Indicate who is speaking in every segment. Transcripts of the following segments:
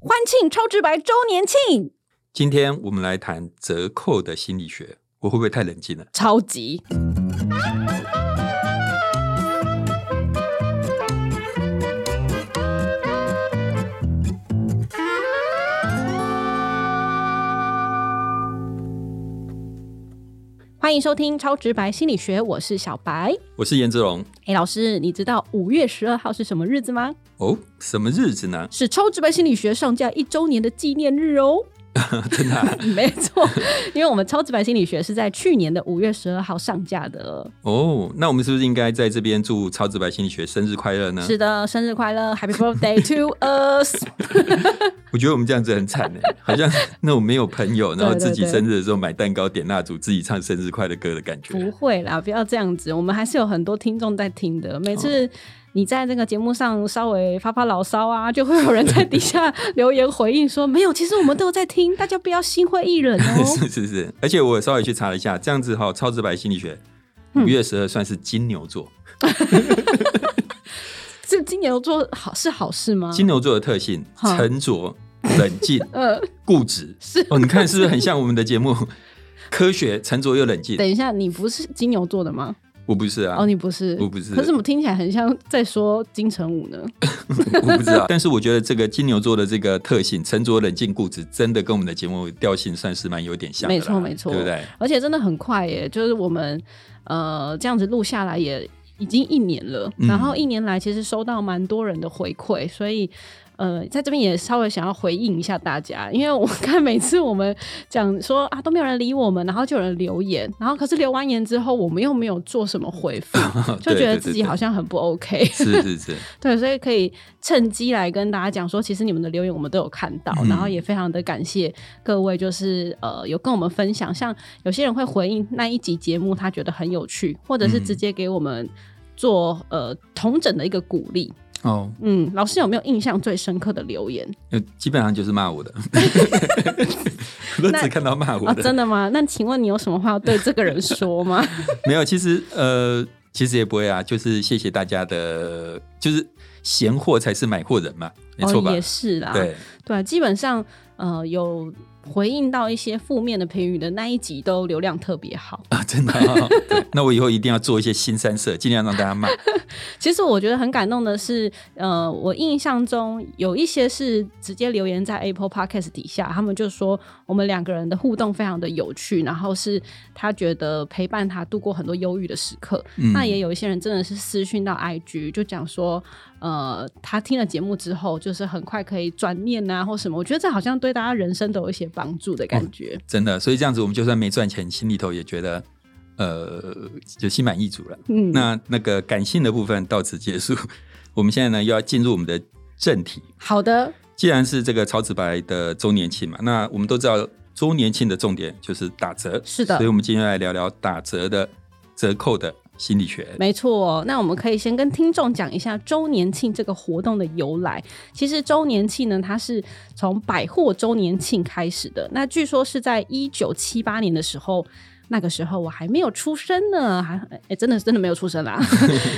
Speaker 1: 欢庆超直白周年庆，
Speaker 2: 今天我们来谈折扣的心理学，我会不会太冷静了？
Speaker 1: 超级欢迎收听《超直白心理学》，我是小白。
Speaker 2: 我是颜志龙。
Speaker 1: 哎，老师，你知道五月十二号是什么日子吗？
Speaker 2: 哦，什么日子呢？
Speaker 1: 是《超直白心理学》上架一周年的纪念日哦。
Speaker 2: 真的啊、
Speaker 1: 没错，因为我们《超直白心理学》是在去年的五月十二号上架的。
Speaker 2: 哦，那我们是不是应该在这边祝超直白心理学生日快乐呢？
Speaker 1: 是的，生日快乐，Happy Birthday to us！
Speaker 2: 我觉得我们这样子很惨哎，好像那种没有朋友，然后
Speaker 1: 对对
Speaker 2: 自己
Speaker 1: 对
Speaker 2: 生日的时候买蛋糕、点蜡烛，自己唱生日快乐歌的感
Speaker 1: 不
Speaker 2: 觉。
Speaker 1: 会啦，不要这样子，我们还是有很多听众在听的。每
Speaker 2: 哦
Speaker 1: 次你在这个节目上稍微发发牢骚啊，就会有人在底下留言回应说：“没有，其实我们都有在听，大家不要心灰意冷 哦。
Speaker 2: 是是是，而且我稍微去查了一下，这样子哈、超直白心理学五
Speaker 1: 嗯
Speaker 2: 月十二算是金牛座。”
Speaker 1: 这金牛座好是好事吗？
Speaker 2: 金牛座的特性：
Speaker 1: 哈
Speaker 2: 沉着、冷静、
Speaker 1: 呃，
Speaker 2: 固执。
Speaker 1: 是
Speaker 2: 哦，你看是不是很像我们的节目？ 科学、沉着又冷静。
Speaker 1: 等一下，你不是金牛座的吗？
Speaker 2: 我不是啊，
Speaker 1: 哦，你不是，
Speaker 2: 我不是
Speaker 1: 可是怎么听起来很像在说金城武呢？
Speaker 2: 我不知道。但是我觉得这个金牛座的这个特性，沉着、冷静、固执，真的跟我们的节目调性算是蛮有点像的啦。
Speaker 1: 没错没错
Speaker 2: 对不对？
Speaker 1: 而且真的很快耶，就是我们呃这样子录下来也已经一年了，
Speaker 2: 嗯
Speaker 1: 然后一年来其实收到蛮多人的回馈，所以。呃，在这边也稍微想要回应一下大家，因为我 看每次我们讲说啊都没有人理我们，然后就有人留言，然后可是留完言之后我们又没有做什么回 复，就觉得自己好像很不 OK。
Speaker 2: 是 是是，
Speaker 1: 对，所以可以趁机来跟大家讲说，其实你们的留言我们都有看到，
Speaker 2: 嗯
Speaker 1: 然后也非常的感谢各位，就是呃有跟我们分享，像有些人会回应那一集节目，他觉得很有趣，或者是
Speaker 2: 嗯
Speaker 1: 直接给我们做呃同整的一个鼓励。
Speaker 2: 哦，
Speaker 1: 嗯，老师有没有印象最深刻的留言
Speaker 2: 呃基本上就是骂我的， 我都
Speaker 1: 那
Speaker 2: 只看到骂我
Speaker 1: 啊？
Speaker 2: 的，
Speaker 1: 真的吗？那请问你有什么话要对这个人说吗？
Speaker 2: 没有。其实呃，其实也不会啊，就是谢谢大家的，就是闲货才是买货人嘛， 没错吧？
Speaker 1: 哦、也是啦，
Speaker 2: 对，
Speaker 1: 对，啊基本上呃有回应到一些负面的评语的那一集都流量特别好。
Speaker 2: 啊，真的、 哦对那我以后一定要做一些新三色，尽量让大家骂。
Speaker 1: 其实我觉得很感动的是，呃，我印象中有一些是直接留言在 Apple Podcast 底下，他们就说我们两个人的互动非常的有趣，然后是他觉得陪伴他度过很多忧郁的时刻。
Speaker 2: 嗯
Speaker 1: 那也有一些人真的是私讯到 IG 就讲说，呃，他听了节目之后，就是很快可以转念啊或什么。我觉得这好像对大家人生都有一些帮助的
Speaker 2: 哦
Speaker 1: 感觉。
Speaker 2: 真的，所以这样子我们就算没赚钱，心里头也觉得呃就心满意足了。
Speaker 1: 嗯，
Speaker 2: 那那个感性的部分到此结束， 我们现在呢又要进入我们的正题。
Speaker 1: 好的，
Speaker 2: 既然是这个超直白的周年庆嘛，那我们都知道周年庆的重点就是打折，
Speaker 1: 是的
Speaker 2: 所以我们今天来聊聊打折的折扣的心理学。
Speaker 1: 没错，那我们可以先跟听众讲一下周年庆这个活动的由来。其实周年庆呢，它是从百货周年庆开始的。那据说是在一九七八年的时候，那个时候我还没有出生呢，还哎、真的真的没有出生啦。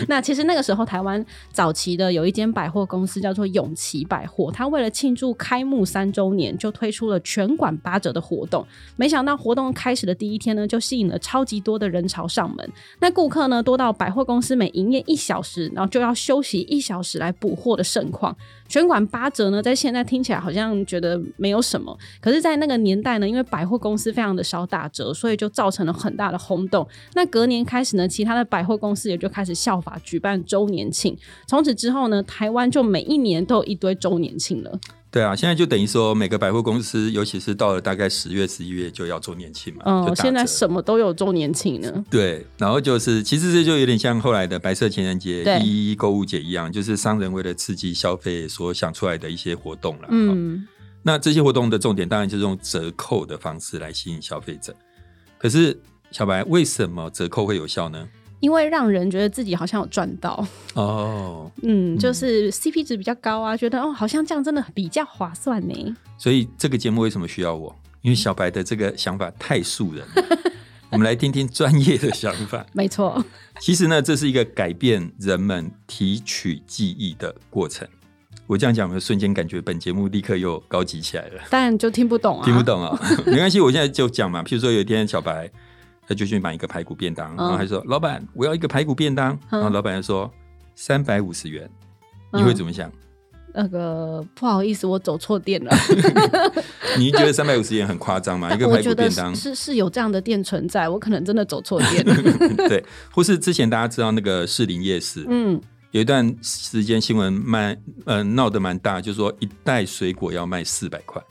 Speaker 1: 那其实那个时候，台湾早期的有一间百货公司叫做永琪百货，它为了庆祝开幕三周年，就推出了全馆八折的活动。没想到活动开始的第一天呢，就吸引了超级多的人潮上门。那顾客呢多到百货公司每营业一小时，然后就要休息一小时来补货的盛况。全馆八折呢，在现在听起来好像觉得没有什么，可是，在那个年代呢，因为百货公司非常的少打折，所以就造成了很大的轰动。那隔年开始呢，其他的百货公司也就开始效法举办周年庆。从此之后呢，台湾就每一年都有一堆周年庆了。
Speaker 2: 对啊，现在就等于说每个百货公司，尤其是到了大概十月、十一月就要周年庆嘛，哦就
Speaker 1: 嗯，
Speaker 2: 打
Speaker 1: 现在
Speaker 2: 折
Speaker 1: 什么都有周年庆呢。
Speaker 2: 对，然后就是，其实这就有点像后来的白色情人节
Speaker 1: 对、
Speaker 2: 一一购物节一样，就是商人为了刺激消费所想出来的一些活动了。哦，
Speaker 1: 嗯，
Speaker 2: 那这些活动的重点当然就是用折扣的方式来吸引消费者。可是小白，为什么折扣会有效呢？
Speaker 1: 因为让人觉得自己好像有赚到。
Speaker 2: 哦，
Speaker 1: 嗯，就是 CP 值比较高啊，觉得哦，好像这样真的比较划算呢。
Speaker 2: 所以这个节目为什么需要我？因为小白的这个想法太素人 了。我们来听听专业的想法。
Speaker 1: 没 错，
Speaker 2: 其实呢，这是一个改变人们提取记忆的过程。我这样讲，有没有瞬间感觉本节目立刻又高级起来了？
Speaker 1: 但就听不懂啊，
Speaker 2: 听不。懂啊、 没关系，我现在就讲嘛。譬如说，有一天小白他就去买一个排骨便当，然后他说：“老板，我要一个排骨便当。”
Speaker 1: 嗯
Speaker 2: 然后老板就说：“三百五十元。”
Speaker 1: 嗯
Speaker 2: 你会怎么想？
Speaker 1: 那个不好意思，我走错 店了。
Speaker 2: 你觉得三百五十元很夸 张吗？一
Speaker 1: 但
Speaker 2: 个
Speaker 1: 我
Speaker 2: 排
Speaker 1: 觉
Speaker 2: 骨
Speaker 1: 得
Speaker 2: 便当
Speaker 1: 是，是是有这样的店存在，我可能真的走错 店了。
Speaker 2: 对，或是之前大家知道那个士林夜市，
Speaker 1: 嗯，
Speaker 2: 有一段时间新闻蛮呃闹得蛮大，就是说一袋水果要卖四百块，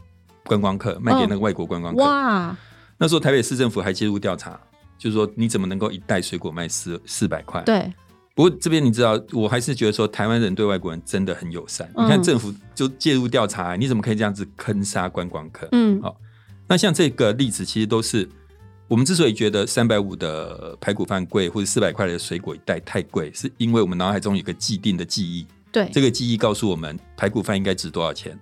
Speaker 2: 观光客卖给那个外国观光客。
Speaker 1: 哦哇，
Speaker 2: 那时候台北市政府还介入调查，就是说你怎么能够一袋水果卖四四百块？
Speaker 1: 对，
Speaker 2: 不过这边你知道，我还是觉得说台湾人对外国人真的很友善。
Speaker 1: 嗯
Speaker 2: 你看政府就介入调查，你怎么可以这样子坑杀观光客？
Speaker 1: 嗯
Speaker 2: 好那像这个例子，其实都是我们之所以觉得三百五的排骨饭贵，或者四百块的水果一袋太贵，是因为我们脑海中有个既定的记忆，
Speaker 1: 对，
Speaker 2: 这个记忆告诉我们排骨饭应该值多少钱，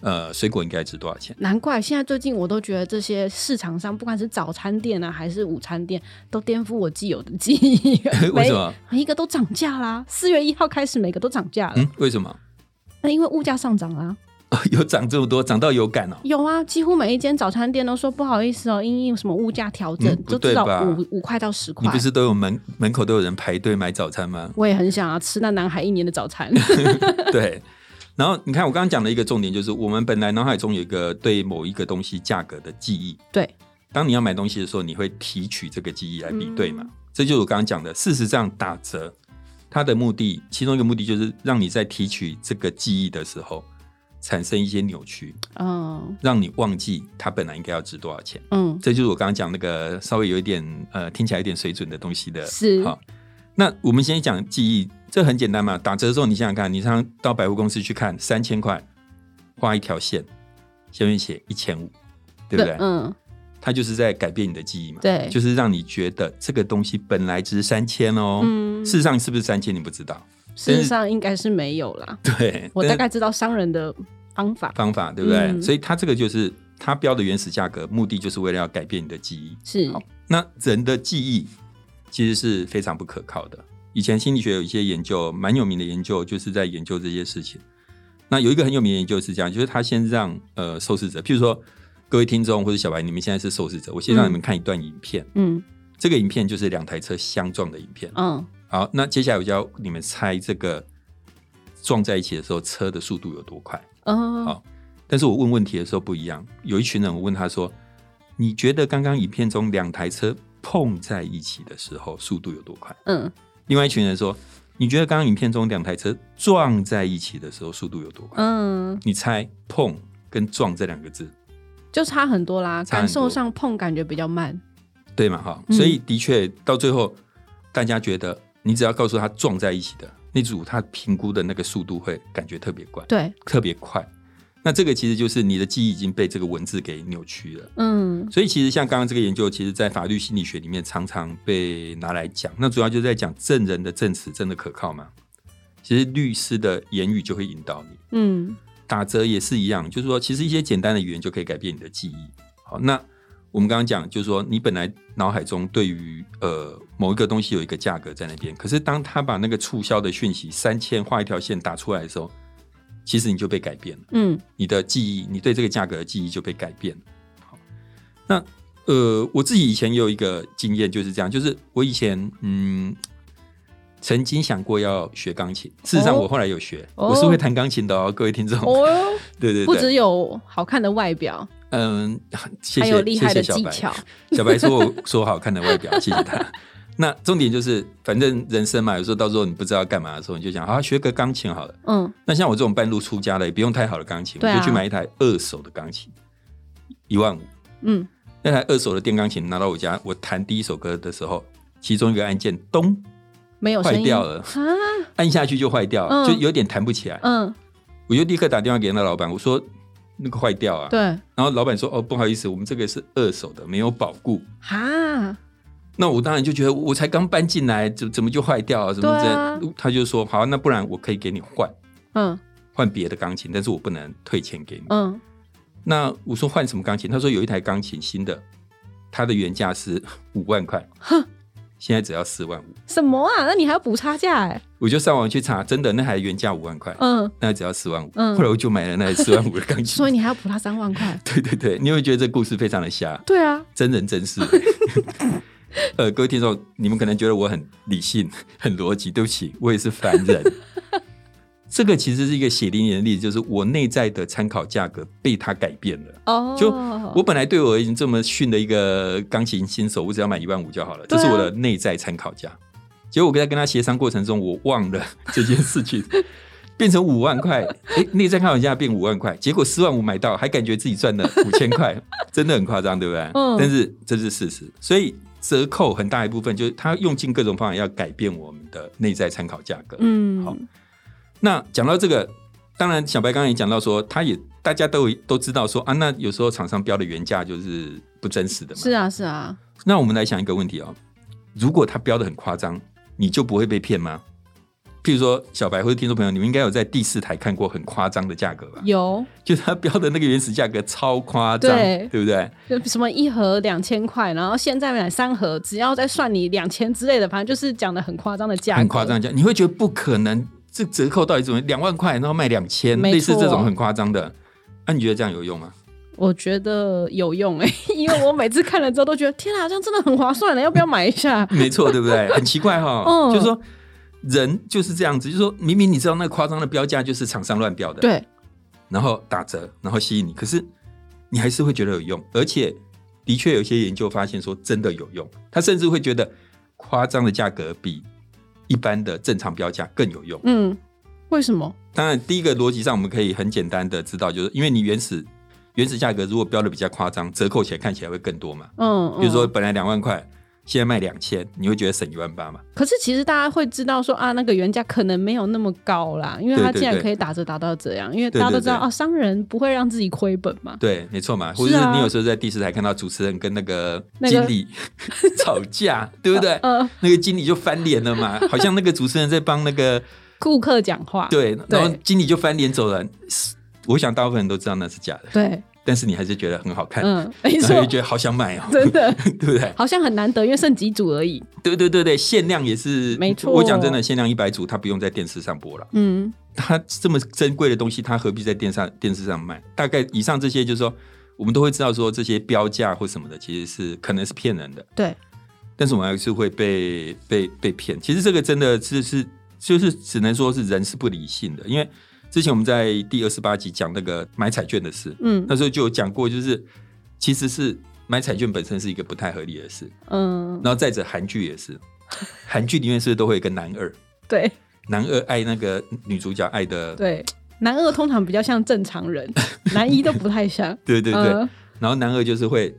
Speaker 2: 呃，水果应该值多少钱。。
Speaker 1: 难怪现在最近我都觉得这些市场上，不管是早餐店啊，还是午餐店，都颠覆我既有的记忆 每
Speaker 2: 为什么？
Speaker 1: 每一个都涨价啦！四月一号开始，每个都涨价了。
Speaker 2: 嗯，为什么？
Speaker 1: 那因为物价上涨啊，
Speaker 2: 有涨这么多，涨到有感哦。
Speaker 1: 有啊，几乎每一间早餐店都说不好意思哦，因应什么物价调整，
Speaker 2: 嗯不
Speaker 1: 就
Speaker 2: 对
Speaker 1: 至少
Speaker 2: 吧
Speaker 1: 五五块到十
Speaker 2: 你
Speaker 1: 块
Speaker 2: 不。是都有门门口都有人排队买早餐吗？
Speaker 1: 我也很想要吃那男孩一年的早餐。
Speaker 2: 对。然后你看，我刚刚讲的一个重点就是，我们本来脑海中有一个对某一个东西价格的记忆。
Speaker 1: 对，
Speaker 2: 当你要买东西的时候，你会提取这个记忆来比对嘛？这就是我刚刚讲的。事实上，打折它的目的，其中一个目的就是让你在提取这个记忆的时候产生一些扭曲，
Speaker 1: 嗯
Speaker 2: 让你忘记它本来应该要值多少钱。
Speaker 1: 嗯，
Speaker 2: 这就是我刚刚讲那个稍微有一点呃听起来有点水准的东西的。
Speaker 1: 是
Speaker 2: 好，那我们先讲记忆，这很简单嘛。打折的时候，你想想看，你常常到百货公司去看，三千块画一条线，下面写一千五，对不对？
Speaker 1: 嗯，
Speaker 2: 它就是在改变你的记忆嘛。
Speaker 1: 对
Speaker 2: 就是让你觉得这个东西本来值三千哦，
Speaker 1: 嗯
Speaker 2: 事实上是不是三千你不知道。
Speaker 1: 事实上应该是没有啦。
Speaker 2: 对，
Speaker 1: 我
Speaker 2: 但
Speaker 1: 大
Speaker 2: 是
Speaker 1: 概知道商人的方法
Speaker 2: 方法对不对？
Speaker 1: 嗯
Speaker 2: 所以它这个就是它标的原始价格，目的就是为了要改变你的记忆。
Speaker 1: 是
Speaker 2: 好那人的记忆其实是非常不可靠的。以前心理学有一些研究，蛮有名的研究，就是在研究这些事情。那有一个很有名的研究是这样，就是他先让呃受试者，譬如说各位听众或者小白，你们现在是受试者，我先让你们看一段影片，
Speaker 1: 嗯
Speaker 2: 这个影片就是两台车相撞的影片。
Speaker 1: 嗯
Speaker 2: 好，那接下来我就要你们猜这个撞在一起的时候车的速度有多快。
Speaker 1: 嗯
Speaker 2: 好但是我问问题的时候不一样，有一群人我问他说：“你觉得刚刚影片中两台车碰在一起的时候速度有多快
Speaker 1: 嗯，？”
Speaker 2: 另外一群人说：“你觉得刚刚影片中两台车撞在一起的时候速度有多快？”
Speaker 1: 嗯，
Speaker 2: 你猜“碰”跟“撞”这两个字
Speaker 1: 就差很多啦，
Speaker 2: 差很多
Speaker 1: 感受上碰感觉比较慢。
Speaker 2: 对嘛？哈，
Speaker 1: 嗯
Speaker 2: 所以的确到最后，大家觉得你只要告诉他撞在一起的那组，他评估的那个速度会感觉特别快，
Speaker 1: 对，
Speaker 2: 特别快。那这个其实就是你的记忆已经被这个文字给扭曲了。
Speaker 1: 嗯
Speaker 2: 所以其实像刚刚这个研究，其实在法律心理学里面常常被拿来讲。那主要就是在讲证人的证词真的可靠吗？其实律师的言语就会引导你。
Speaker 1: 嗯
Speaker 2: 打折也是一样，就是说，其实一些简单的语言就可以改变你的记忆。好，那我们刚刚讲，就是说，你本来脑海中对于呃某一个东西有一个价格在那边，可是当他把那个促销的讯息三千画一条线打出来的时候，其实你就被改变了。
Speaker 1: 嗯
Speaker 2: 你的记忆，你对这个价格的记忆就被改变了。好，那呃，我自己以前也有一个经验就是这样，就是我以前嗯，曾经想过要学钢琴。事实上，
Speaker 1: 哦
Speaker 2: 我后来有学，
Speaker 1: 哦
Speaker 2: 我是会弹钢琴的哦，各位听众。
Speaker 1: 哦哟，
Speaker 2: 对对
Speaker 1: 不只
Speaker 2: 对，
Speaker 1: 有好看的外表，
Speaker 2: 嗯，谢
Speaker 1: 还有
Speaker 2: 谢
Speaker 1: 厉害的
Speaker 2: 谢谢
Speaker 1: 技
Speaker 2: 小白。
Speaker 1: 巧。
Speaker 2: 小白说我说好看的外表，谢谢他。那重点就是，反正人生嘛，有时候到时候你不知道干嘛的时候，你就想啊，学个钢琴好了。
Speaker 1: 嗯
Speaker 2: 那像我这种半路出家的，也不用太好的钢琴，
Speaker 1: 对啊
Speaker 2: 我就去买一台二手的钢琴，一万五。
Speaker 1: 嗯，
Speaker 2: 那台二手的电钢琴拿到我家，我弹第一首歌的时候，其中一个按键咚
Speaker 1: 没有声
Speaker 2: 坏
Speaker 1: 音
Speaker 2: 掉了，
Speaker 1: 啊，
Speaker 2: 按下去就坏掉了，
Speaker 1: 嗯
Speaker 2: 就有点弹不起来。
Speaker 1: 嗯，
Speaker 2: 我就立刻打电话给那老板，我说那个坏掉啊。
Speaker 1: 对，
Speaker 2: 然后老板说哦，不好意思，我们这个是二手的，没有保固。
Speaker 1: 哈，
Speaker 2: 那我当然就觉得我才刚搬进来，怎怎么就坏掉啊？怎么这
Speaker 1: 对
Speaker 2: 样
Speaker 1: 啊？
Speaker 2: 他就说好，那不然我可以给你换
Speaker 1: 嗯
Speaker 2: 换别的钢琴，但是我不能退钱给你。
Speaker 1: 嗯，
Speaker 2: 那我说 换什么钢琴？他说有一台钢琴新的，它的原价是五万块。现在只要四万五。
Speaker 1: 什么啊？那你还要补差价哎、
Speaker 2: 我就上网去查，真的那台原价五万块，
Speaker 1: 嗯，
Speaker 2: 那只要四万五。
Speaker 1: 嗯
Speaker 2: 后来我就买了那台四万五的钢 琴。。
Speaker 1: 所以你还要补他三万块
Speaker 2: 对对对，你会觉得这故事非常的瞎，
Speaker 1: 对啊，
Speaker 2: 真人 真事。呃，各位听众，你们可能觉得我很理性、 很逻辑，对不起，我也是凡人。 这个其实是一个血淋淋的例子，就是我内在的参考价格被它改变了。
Speaker 1: 哦，
Speaker 2: 就我本来对我已经这么逊的一个钢琴新手，我只要买一万五就好了，这
Speaker 1: 对啊
Speaker 2: 是我的内在参考价。结果我在跟他协商过程中，我忘了这件事情， 变成五万块，诶，内在参考价变五万块，结果四万五买到，还感觉自己赚了五千块， 真的很夸张，对不对？
Speaker 1: 嗯
Speaker 2: 但是这是事实，所以折扣很大一部分就是他用尽各种方法要改变我们的内在参考价格。
Speaker 1: 嗯，
Speaker 2: 好那讲到这个，当然小白刚刚也讲到说，他也大家都有都知道说啊，那有时候厂商标的原价就是不真实的嘛。
Speaker 1: 是啊，是啊，
Speaker 2: 那我们来想一个问题哦，如果他标的很夸张，你就不会被骗吗？譬如说，小白或者听众朋友，你们应该有在第四台看过很夸张的价格吧？
Speaker 1: 有
Speaker 2: 就是他标的那个原始价格超夸张，
Speaker 1: 对
Speaker 2: 不对？
Speaker 1: 就什么一盒两千块，然后现在买三盒，只要再算你两千之类的，反正就是讲的很夸张的价格，
Speaker 2: 很夸张的价，你会觉得不可能，这折扣到底怎么两万块，然后卖两千，
Speaker 1: 没错
Speaker 2: 类似这种很夸张的，那、你觉得这样有用吗？？
Speaker 1: 我觉得有用哎、 因为我每次看了之后都觉得，天啊，这样真的很划算了，要不要买一下
Speaker 2: 没错，对不对？很奇怪哈、
Speaker 1: 嗯
Speaker 2: 就是说人就是这样子，就是说明明你知道那夸张的标价就是厂商乱标的，，
Speaker 1: 对，
Speaker 2: 然后打折，然后吸引你，可是你还是会觉得有用，而且的确有些研究发现说真的有用，他甚至会觉得夸张的价格比一般的正常标价更有用。
Speaker 1: 嗯，为什么？
Speaker 2: 当然，第一个逻辑上我们可以很简单的知道，就是因为你原始原始价格如果标的比较夸张，折扣起来看起来会更多嘛。
Speaker 1: 嗯，
Speaker 2: 比如说
Speaker 1: 嗯，
Speaker 2: 本来两万块，现在卖两千，你会觉得省一万八嘛？
Speaker 1: 可是其实大家会知道说啊，那个原价可能没有那么高啦，因为它
Speaker 2: 对对
Speaker 1: 既然
Speaker 2: 对
Speaker 1: 可以打折打到这样，因为
Speaker 2: 对
Speaker 1: 大家都
Speaker 2: 对
Speaker 1: 知道
Speaker 2: 对
Speaker 1: 啊，商人不会让自己亏本嘛。
Speaker 2: 对，没错嘛，
Speaker 1: 是
Speaker 2: 或者是
Speaker 1: 啊
Speaker 2: 你有时候在第四台看到主持人跟那个
Speaker 1: 那个
Speaker 2: 经理吵架，对不对？
Speaker 1: 呃，
Speaker 2: 那个经理就翻脸了嘛，好像那个主持人在帮那个
Speaker 1: 顾客讲话，
Speaker 2: 对，然后
Speaker 1: 对
Speaker 2: 经理就翻脸走人。我想大部分人都知道那是假的，
Speaker 1: 对，
Speaker 2: 但是你还是觉得很好看，
Speaker 1: 嗯， 没
Speaker 2: 然后
Speaker 1: 错
Speaker 2: 哎就，觉得好想买哦，
Speaker 1: 真的
Speaker 2: 对不对？
Speaker 1: 好像很难得，因为剩几组而已。
Speaker 2: 对对对对，限量也是，
Speaker 1: 没错
Speaker 2: 我讲真的，限量一百组，它不用在电视上播了。
Speaker 1: 嗯，
Speaker 2: 它这么珍贵的东西，它何必在电上电视上卖？大概以上这些，就是说，我们都会知道说这些标价或什么的，其实是可能是骗人的，
Speaker 1: 对，
Speaker 2: 但是我们还是会被被被骗。其实这个真的是是就是只能说是人是不理性的，因为之前我们在第二十八集讲那个买彩券的事，
Speaker 1: 嗯
Speaker 2: 那时候就有讲过，就是其实是买彩券本身是一个不太合理的事，
Speaker 1: 嗯，
Speaker 2: 然后再者，韩剧也是，韩剧里面是不是都会有一个男二？
Speaker 1: 对
Speaker 2: 男二爱那个女主角爱的，
Speaker 1: 对，男二通常比较像正常 人，男一都不太像。
Speaker 2: 对对对
Speaker 1: 嗯
Speaker 2: 然后男二就是会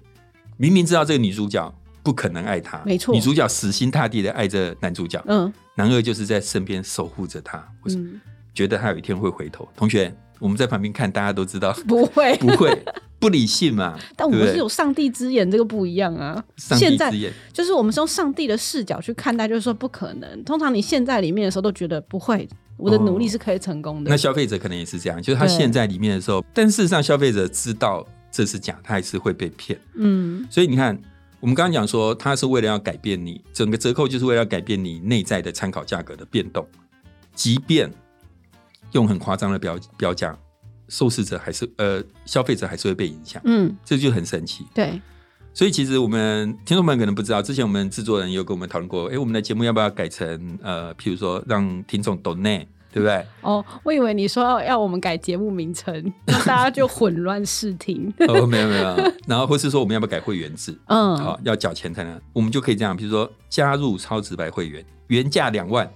Speaker 2: 明明知道这个女主角不可能爱他，
Speaker 1: 没错
Speaker 2: 女主角死心塌地的爱着男主角，
Speaker 1: 嗯
Speaker 2: 男二就是在身边守护着他，我是
Speaker 1: 嗯，
Speaker 2: 觉得他有一天会回头。同学，我们在旁边看，大家都知道
Speaker 1: 不会，
Speaker 2: 不会，不理性嘛，
Speaker 1: 但我们
Speaker 2: 对不
Speaker 1: 是
Speaker 2: 对
Speaker 1: 有上帝之眼，这个不一样啊。
Speaker 2: 上
Speaker 1: 现
Speaker 2: 帝
Speaker 1: 在
Speaker 2: 之眼，
Speaker 1: 就是我们是用上帝的视角去看待，就是说不可能。通常你陷在里面的时候，都觉得不会，我的努力是可以成功的。
Speaker 2: 那消费者可能也是这样，就是他
Speaker 1: 对
Speaker 2: 陷在里面的时候，但事实上消费者知道这是假，他还是会被骗。
Speaker 1: 嗯，
Speaker 2: 所以你看，我们刚刚讲说，它是为了要改变你整个折扣，就是为了要改变你内在的参考价格的变动。即便用很夸张的标标价，受试者还是呃消费者还是会被影响，
Speaker 1: 嗯，
Speaker 2: 这就很神奇。
Speaker 1: 对，
Speaker 2: 所以其实我们听众朋友可能不知道，之前我们制作人有跟我们讨论过，诶，我们的节目要不要改成呃，譬如说让听众 donate，对不对？
Speaker 1: 哦，我以为你说要要我们改节目名 称，那大家就混乱视听。
Speaker 2: 哦，没有没有，然后或是说我们要不要改会员制？
Speaker 1: 嗯，
Speaker 2: 好、要缴钱才能，我们就可以这样，比如说加入超直白会员，原价两万，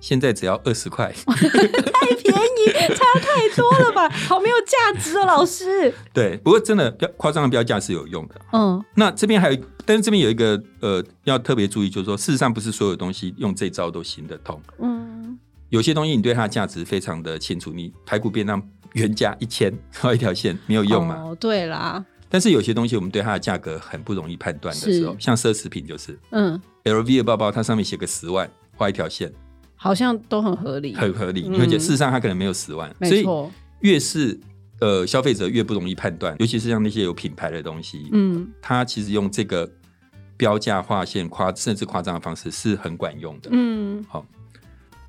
Speaker 2: 现在只要二十块，
Speaker 1: 太便宜，差太多了 吧？好没有价值哦，老师。
Speaker 2: 对。不过真的标夸张的标价是有用的。
Speaker 1: 嗯，
Speaker 2: 那这边还有，但是这边有一个呃要特别注意，就是说事实上不是所有东西用这招都行得通，
Speaker 1: 嗯，
Speaker 2: 有些东西你对它的价值非常的清楚，你排骨便当原价一千，然后一条线没有用嘛。
Speaker 1: 哦，对啦，
Speaker 2: 但是有些东西我们对它的价格很不容易判断的时候，
Speaker 1: 是
Speaker 2: 像奢侈品就是
Speaker 1: 嗯，
Speaker 2: LV 的包包，它上面写个十万，画一条线。
Speaker 1: 好像都很合理，
Speaker 2: 很合理，
Speaker 1: 嗯
Speaker 2: 你会觉得事实上他可能没有十万，所
Speaker 1: 没
Speaker 2: 以
Speaker 1: 错。
Speaker 2: 越是呃消费者越不容易判断，尤其是像那些有品牌的东西，
Speaker 1: 嗯，
Speaker 2: 它其实用这个标价划线夸甚至夸张的方式是很管用的。
Speaker 1: 嗯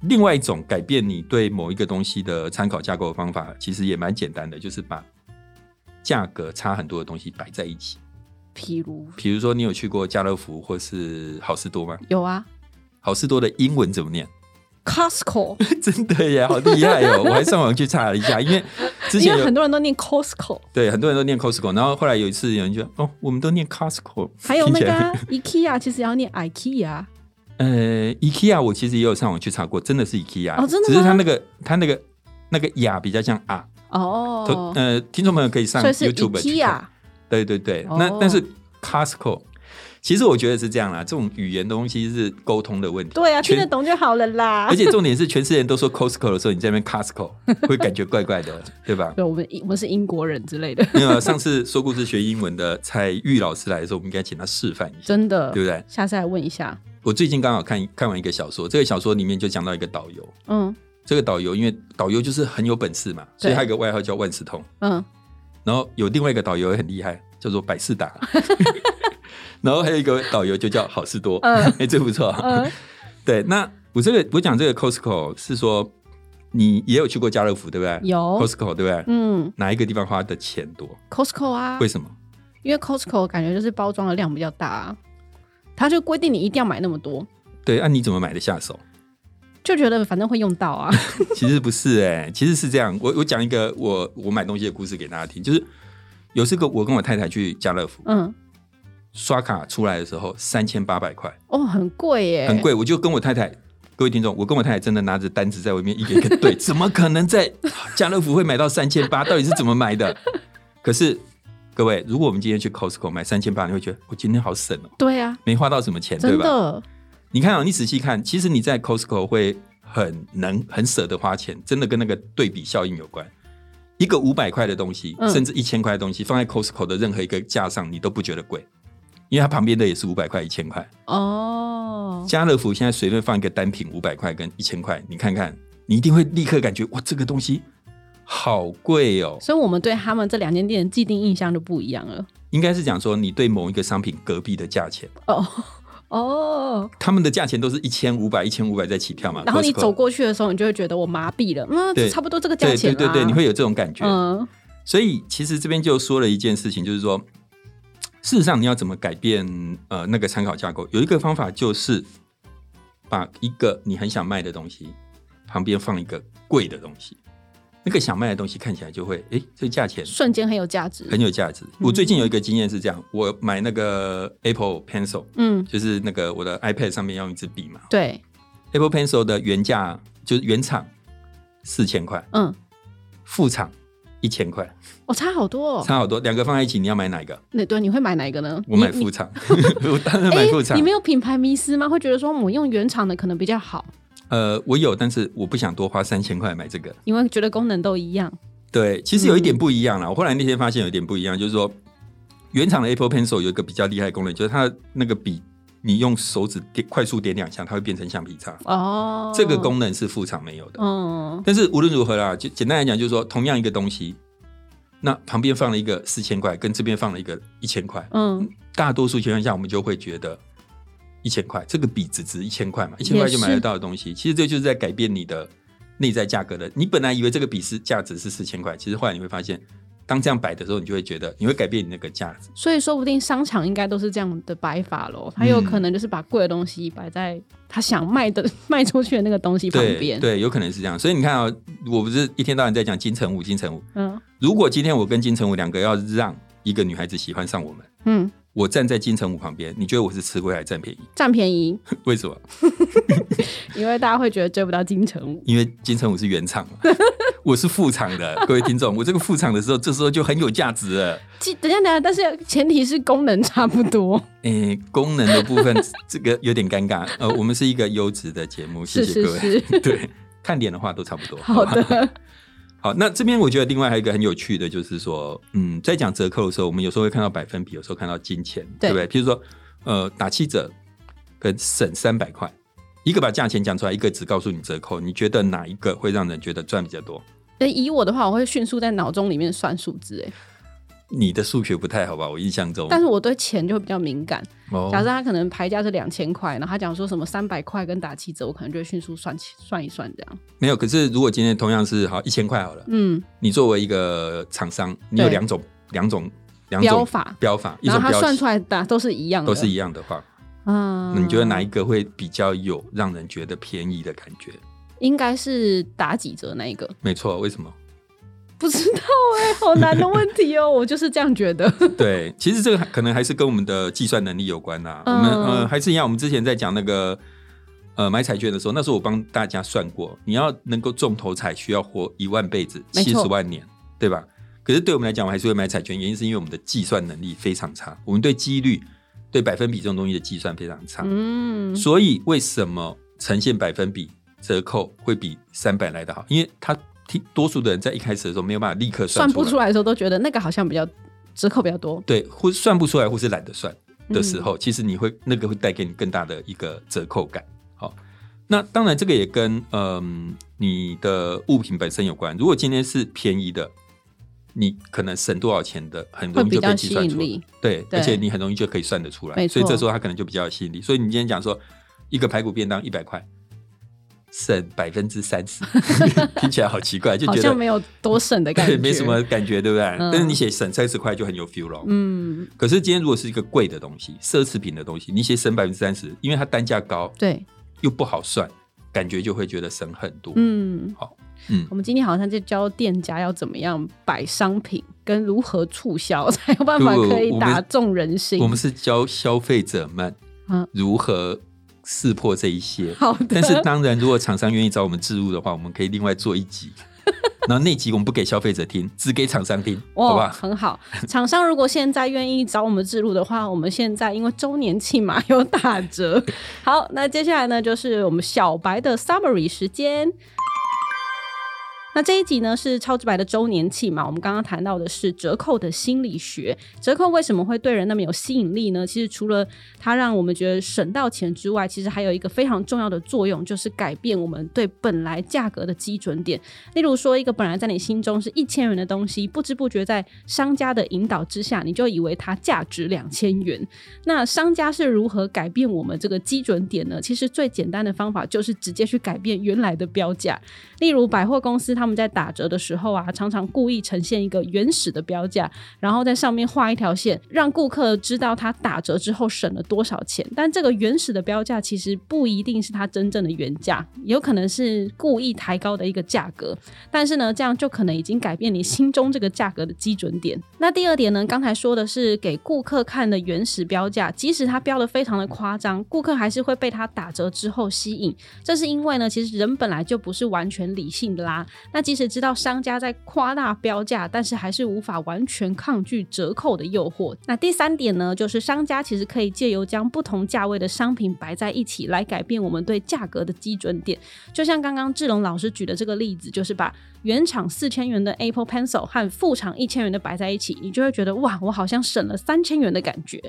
Speaker 2: 另外一种改变你对某一个东西的参考架构的方法，其实也蛮简单的，就是把价格差很多的东西摆在一起。
Speaker 1: 譬如
Speaker 2: 比如说，你有去过家乐福或是好事多吗？
Speaker 1: 有啊
Speaker 2: 好事多的英文怎么念？
Speaker 1: ，Costco，
Speaker 2: 真的耶，好厉害哦！我还上网去查了一下，因为之
Speaker 1: 因
Speaker 2: 前
Speaker 1: 为
Speaker 2: 有
Speaker 1: 很多人都念 Costco，
Speaker 2: 对很多人都念 Costco，然后后来有一次有人就哦，我们都念 Costco，
Speaker 1: 还有那
Speaker 2: 听起
Speaker 1: 个
Speaker 2: 来
Speaker 1: 啊 IKEA，其实要念 IKEA，
Speaker 2: 呃，IKEA 我其实也有上网去查过，真的是 IKEA，
Speaker 1: 哦真的吗
Speaker 2: 只是它那个它那个那个雅比较像啊，
Speaker 1: 哦，
Speaker 2: 呃，听众朋友可以上
Speaker 1: 所以是
Speaker 2: YouTube 去看
Speaker 1: IKEA，
Speaker 2: 对对对，
Speaker 1: 哦
Speaker 2: 那但是 Costco，其实我觉得是这样啦，这种语言东西是沟通的问题，
Speaker 1: 对啊，啊听
Speaker 2: 全哎
Speaker 1: 得懂就好了啦
Speaker 2: 而。且重点是，全世界人都说 Costco 的时候，你在那 边 Costco 会感觉怪怪的，对吧？
Speaker 1: 对，我们我们是英国人之类的，
Speaker 2: 因为上次说故事学英文的蔡玉老师来的时候，我们应该请他示范一下，
Speaker 1: 真的
Speaker 2: 对。不对？
Speaker 1: 下次来问一下，
Speaker 2: 我最近刚好看看完一个小说，这个小说里面就讲到一个导游，
Speaker 1: 嗯
Speaker 2: 这个导游因为导游就是很有本事嘛，所以
Speaker 1: 对
Speaker 2: 他有个外号叫万事通。
Speaker 1: 嗯，
Speaker 2: 然后有另外一个导游也很厉害，叫做百事达。 然后还有一个导游就叫好事多， 哎、
Speaker 1: 嗯
Speaker 2: 这不错。
Speaker 1: 嗯
Speaker 2: 对，那我这个我讲这个 Costco 是说，你也有去过家乐福对不对？
Speaker 1: 有，
Speaker 2: Costco 对不对？
Speaker 1: 嗯
Speaker 2: 哪一个地方花的钱多？
Speaker 1: ，Costco 啊
Speaker 2: 为，什么？
Speaker 1: 因为 Costco 感觉就是包装的量比较大、啊，他就规定你一定要买那么多，
Speaker 2: 对，那、你怎么买得下手？
Speaker 1: 就觉得反正会用到 啊。
Speaker 2: 其实不是哎、其实是这样。我我讲一个我我买东西的故事给大家听，就是有次个我跟我太太去家乐福
Speaker 1: 嗯，
Speaker 2: 刷卡出来的时候，三千八百块，
Speaker 1: 哦，很贵耶，
Speaker 2: 很。贵。我就跟我太太，各位听众，我跟我太太真的拿着单子在外面一个一个对，怎么可能在家乐福会买到三千八？到底是怎么买的？ 可是各位，如果我们今天去 Costco 买三千八，你会觉得我今天好省哦，
Speaker 1: 对啊，
Speaker 2: 没花到什么钱，对
Speaker 1: 真
Speaker 2: 吧？
Speaker 1: 的，
Speaker 2: 你看啊、你仔细看，其实你在 Costco 会很能很舍得花钱，真的跟那个对比效应有关。一个五百块的东西，
Speaker 1: 嗯
Speaker 2: 甚至一千块的东西，放在 Costco 的任何一个架上，你都不觉得贵，因为它旁边的也是五百块、一千块。
Speaker 1: 哦，
Speaker 2: 家乐福现在随便放一个单品五百块跟一千块，你看看，你一定会立刻感觉哇，这个东西好贵哦。
Speaker 1: 所以我们对他们这两间店的既定印象就不一样了。
Speaker 2: 应该是讲说你对某一个商品隔壁的价钱，
Speaker 1: 哦 哦，
Speaker 2: 他们的价钱都是一千五百、一千五百在起跳嘛。
Speaker 1: 然后你
Speaker 2: Costco
Speaker 1: 走过去的时候，你就会觉得我麻痹了，嗯，
Speaker 2: 对
Speaker 1: 这差不多这个价
Speaker 2: 对
Speaker 1: 钱
Speaker 2: 对
Speaker 1: 啦。
Speaker 2: 对对，你会有这种感觉。
Speaker 1: 嗯
Speaker 2: 所以其实这边就说了一件事情，就是说，事实上你要怎么改变呃那个参考架构，有一个方法就是把一个你很想卖的东西旁边放一个贵的东西，那个想卖的东西看起来就会诶，这价钱
Speaker 1: 瞬间很有价值。
Speaker 2: 很有价值。我最近有一个经验是这样，我买那个 Apple Pencil，
Speaker 1: 嗯，
Speaker 2: 就是那个我的 iPad 上面要用一支笔嘛
Speaker 1: 对，
Speaker 2: ，Apple Pencil 的原价就是原厂四千块，
Speaker 1: 嗯，
Speaker 2: 副厂一千块，
Speaker 1: 哦，差好多、哦。
Speaker 2: 差好多，两个放在一起，你要买哪一个？
Speaker 1: 那对，你会买哪一个呢？
Speaker 2: 我买
Speaker 1: 你你
Speaker 2: 副厂， 我当然买副
Speaker 1: 诶
Speaker 2: 厂
Speaker 1: 你。没有品牌迷思吗？会觉得说我用原厂的可能比较好，
Speaker 2: 呃，我有，但是我不想多花三千块买这个。
Speaker 1: 因为觉得功能都一样。
Speaker 2: 对，其实有一
Speaker 1: 嗯
Speaker 2: 点不一样啦。我后来那天发现有一点不一样，就是说原厂的 Apple Pencil 有一个比较厉害的功能，就是它的那个笔，你用手指点快速点两下，它会变成橡皮擦。
Speaker 1: 哦，
Speaker 2: 这个，功能是副厂没有的。
Speaker 1: 嗯，
Speaker 2: 但是无论如何啦，就简单来讲，就是说同样一个东西，那旁边放了一个四千块，跟这边放了一个一千块，
Speaker 1: 嗯，
Speaker 2: 大多数情况下，我们就会觉得一千块这个笔只值一千块嘛，一千
Speaker 1: 也
Speaker 2: 块就买
Speaker 1: 是
Speaker 2: 得到的东西，其实这就是在改变你的内在价格的。你本来以为这个笔是价值是四千块，其实后来你会发现，当这样摆的时候，你就会觉得你会改变你那个价值。
Speaker 1: 所以说不定商场应该都是这样的摆法咯，它有
Speaker 2: 嗯
Speaker 1: 可能就是把贵的东西摆在他想卖的 卖出去的那个东西旁
Speaker 2: 对
Speaker 1: 边。，
Speaker 2: 对，有可能是这样。所以你看啊、我不是一天到晚在讲金城武，金城武。
Speaker 1: 嗯
Speaker 2: 如果今天我跟金城武两个要让一个女孩子喜欢上我们，
Speaker 1: 嗯，
Speaker 2: 我站在金城武旁边，你觉得我是吃亏还是占便宜？
Speaker 1: 占便宜，
Speaker 2: 为什么？
Speaker 1: 因为大家会觉得追不到金城武。
Speaker 2: 因为金城武是原厂嘛， 我是副厂的， 各位听众，我这个副厂的时候，这时候就很有价值了。
Speaker 1: 记等一下等一下，但是前提是功能差不多。
Speaker 2: 诶、功能的部 分这个有点尴尬。呃，我们是一个优质的节目， 谢
Speaker 1: 是
Speaker 2: 谢
Speaker 1: 是
Speaker 2: 各位。
Speaker 1: 是，
Speaker 2: 对，看脸的话都差不多。
Speaker 1: 好
Speaker 2: 吧
Speaker 1: 的，
Speaker 2: 好，那这边我觉得另外还有一个很有趣的，就是说，嗯，在讲折扣的时候，我们有时候会看到百分比，有时候看到金钱，
Speaker 1: 对
Speaker 2: 不对？譬如说，呃，打七折跟省三百块，一个把价钱讲出来，一个只告诉你折扣，你觉得哪一个会让人觉得赚比较多？
Speaker 1: 但以我的话，我会迅速在脑中里面算数字。哎，
Speaker 2: 你的数学不太好吧？我印象中，
Speaker 1: 但是我对钱就会比较敏感。
Speaker 2: 哦
Speaker 1: 假设他可能牌价是两千块，然后他讲说什么三百块跟打七折，我可能就会迅速算起算一算这样。
Speaker 2: 没有。可是如果今天同样是好一千块好了，
Speaker 1: 嗯，
Speaker 2: 你作为一个厂商，你有
Speaker 1: 对
Speaker 2: 两种两种两
Speaker 1: 标
Speaker 2: 种
Speaker 1: 法，
Speaker 2: 标法，一
Speaker 1: 然
Speaker 2: 种
Speaker 1: 后他
Speaker 2: 标
Speaker 1: 算
Speaker 2: 尺
Speaker 1: 出来的答都是一样的，
Speaker 2: 都是一样的话，
Speaker 1: 啊。
Speaker 2: 你觉得哪一个会比较有让人觉得便宜的感觉？
Speaker 1: 应该是打几折那一个？
Speaker 2: 没错，为什么？
Speaker 1: 不知道哎、好难的问题哦、我就是这样觉 得。
Speaker 2: 对，其实这个还可能还是跟我们的计算能力有关啦。
Speaker 1: 嗯
Speaker 2: 我们呃还是一样，我们之前在讲那个呃买彩券的时候，那时候我帮大家算过，你要能够中头彩，需要活一万辈子，
Speaker 1: 没
Speaker 2: 七十
Speaker 1: 错
Speaker 2: 万年，对吧？可是对我们来讲，我们还是会买彩券，原因是因为我们的计算能力非常差，我们对几率、对百分比这种东西的计算非常差。
Speaker 1: 嗯，
Speaker 2: 所以为什么呈现百分比折扣会比三百来的好？因为他听多数的人在一开始的时候没有办法立刻算
Speaker 1: 算不
Speaker 2: 来
Speaker 1: 出来的时候都觉得那个好像比较折扣比较多。
Speaker 2: 对，或算不出来，或是懒得算的
Speaker 1: 嗯
Speaker 2: 时候，其实你会那个会带给你更大的一个折扣感。好，那当然这个也跟嗯你的物品本身有关。如果今天是便宜的，你可能省多少钱的，很
Speaker 1: 会
Speaker 2: 容易
Speaker 1: 比
Speaker 2: 就被
Speaker 1: 较
Speaker 2: 计
Speaker 1: 吸
Speaker 2: 算
Speaker 1: 引
Speaker 2: 出来。
Speaker 1: 力，
Speaker 2: 对，
Speaker 1: 对
Speaker 2: 而且你很容易就可以算得出来，
Speaker 1: 没
Speaker 2: 所以这
Speaker 1: 错
Speaker 2: 时候它可能就比较有吸引力。所以你今天讲说一个排骨便当一百块，省百分之三十， 听起来好奇怪，就
Speaker 1: 好
Speaker 2: 觉
Speaker 1: 像
Speaker 2: 得
Speaker 1: 没有多省的感觉，
Speaker 2: 对没什么。感觉，对不对？
Speaker 1: 嗯
Speaker 2: 但是你写省三十块就很有 feel 咯。
Speaker 1: 嗯，
Speaker 2: 可是今天如果是一个贵的东西，奢侈品的东西，你写省百分之三十，因为它单价高
Speaker 1: 对，
Speaker 2: 又不好算，感觉就会觉得省很多。
Speaker 1: 嗯，
Speaker 2: 好，嗯
Speaker 1: 我们今天好像就教店家要怎么样摆商品，跟如何促销， 才有办法
Speaker 2: 不不不
Speaker 1: 可以
Speaker 2: 我们
Speaker 1: 打中人心。
Speaker 2: 我们是教消费者们
Speaker 1: 嗯
Speaker 2: 如何识破这一些。
Speaker 1: 好的，
Speaker 2: 但是当然，如果厂商愿意找我们置入的话，我们可以另外做一 集。然后那集我们不给消费者听，只给厂商听，好不
Speaker 1: 哇，
Speaker 2: 好？
Speaker 1: 很好。厂商如果现在愿意找我们制录的话，我们现在因为周年庆嘛 有打折。好，那接下来呢就是我们小白的 summary 时间。那这一集呢是超直白的周年庆嘛，我们刚刚谈到的是折扣的心理学。折扣为什么会对人那么有吸引力呢？其实除了它让我们觉得省到钱之外，其实还有一个非常重要的作用，就是改变我们对本来价格的基准点。例如说，一个本来在你心中是一千元的东西，不知不觉在商家的引导之下，你就以为它价值两千元。那商家是如何改变我们这个基准点呢？其实最简单的方法就是直接去改变原来的标价。例如百货公司他们在打折的时候啊，常常故意呈现一个原始的标价，然后在上面画一条线，让顾客知道他打折之后省了多少钱。但这个原始的标价其实不一定是它真正的原价，有可能是故意抬高的一个价格。但是呢，这样就可能已经改变你心中这个价格的基准点。 那第二点呢，刚才说的是给顾客看的原始标价，即使它标的非常的夸张，顾客还是会被它打折之后吸引。这是因为呢，其实人本来就不是完全理性的啦。那即使知道商家在夸大标价，但是还是无法完全抗拒折扣的诱惑。那第三点呢，就是商家其实可以借由将不同价位的商品摆在一起，来改变我们对价格的基准点。就像刚刚志龙老师举的这个例子，就是把原厂四千元的 Apple Pencil 和副厂一千元的摆在一起，你就会觉得哇，我好像省了三千元的感觉。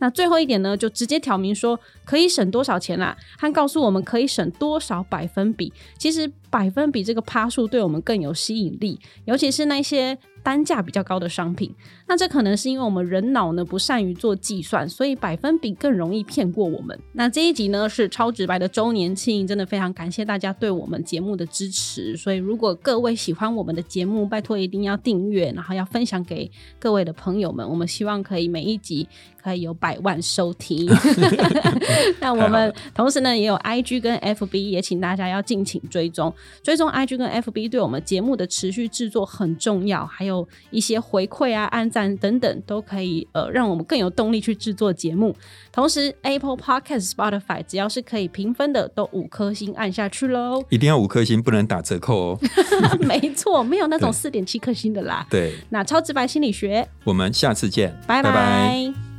Speaker 1: 那最后一点呢，就直接挑明说可以省多少钱啦，和告诉我们可以省多少百分比。其实百分比这个趴数对我们更有吸引力，尤其是那些。单价比较高的商品，那这可能是因为我们人脑呢不善于做计算，所以百分比更容易骗过我们。那这一集呢是超直白的周年庆，真的非常感谢大家对我们节目的支持。所以如果各位喜欢我们的节目，拜托一定要订阅，然后要分享给各位的朋友们。我们希望可以每一集可以有百万收听。那我
Speaker 2: 太好
Speaker 1: 们
Speaker 2: 了
Speaker 1: 同时呢也有 IG 跟 FB，也请大家要敬请追踪。追踪 IG 跟 FB 对我们节目的持续制作很重要，还有一些回馈啊、按赞等等，都可以呃让我们更有动力去制作节目。同时，Apple Podcast、Spotify 只要是可以评分的，都五颗星按下去 喽。
Speaker 2: 一定要五颗星，不能打折扣 哦。
Speaker 1: 没错，没有那种
Speaker 2: 对
Speaker 1: 四点七颗星的啦。
Speaker 2: 对，
Speaker 1: 那超直白心理学，
Speaker 2: 我们下次见，
Speaker 1: 拜拜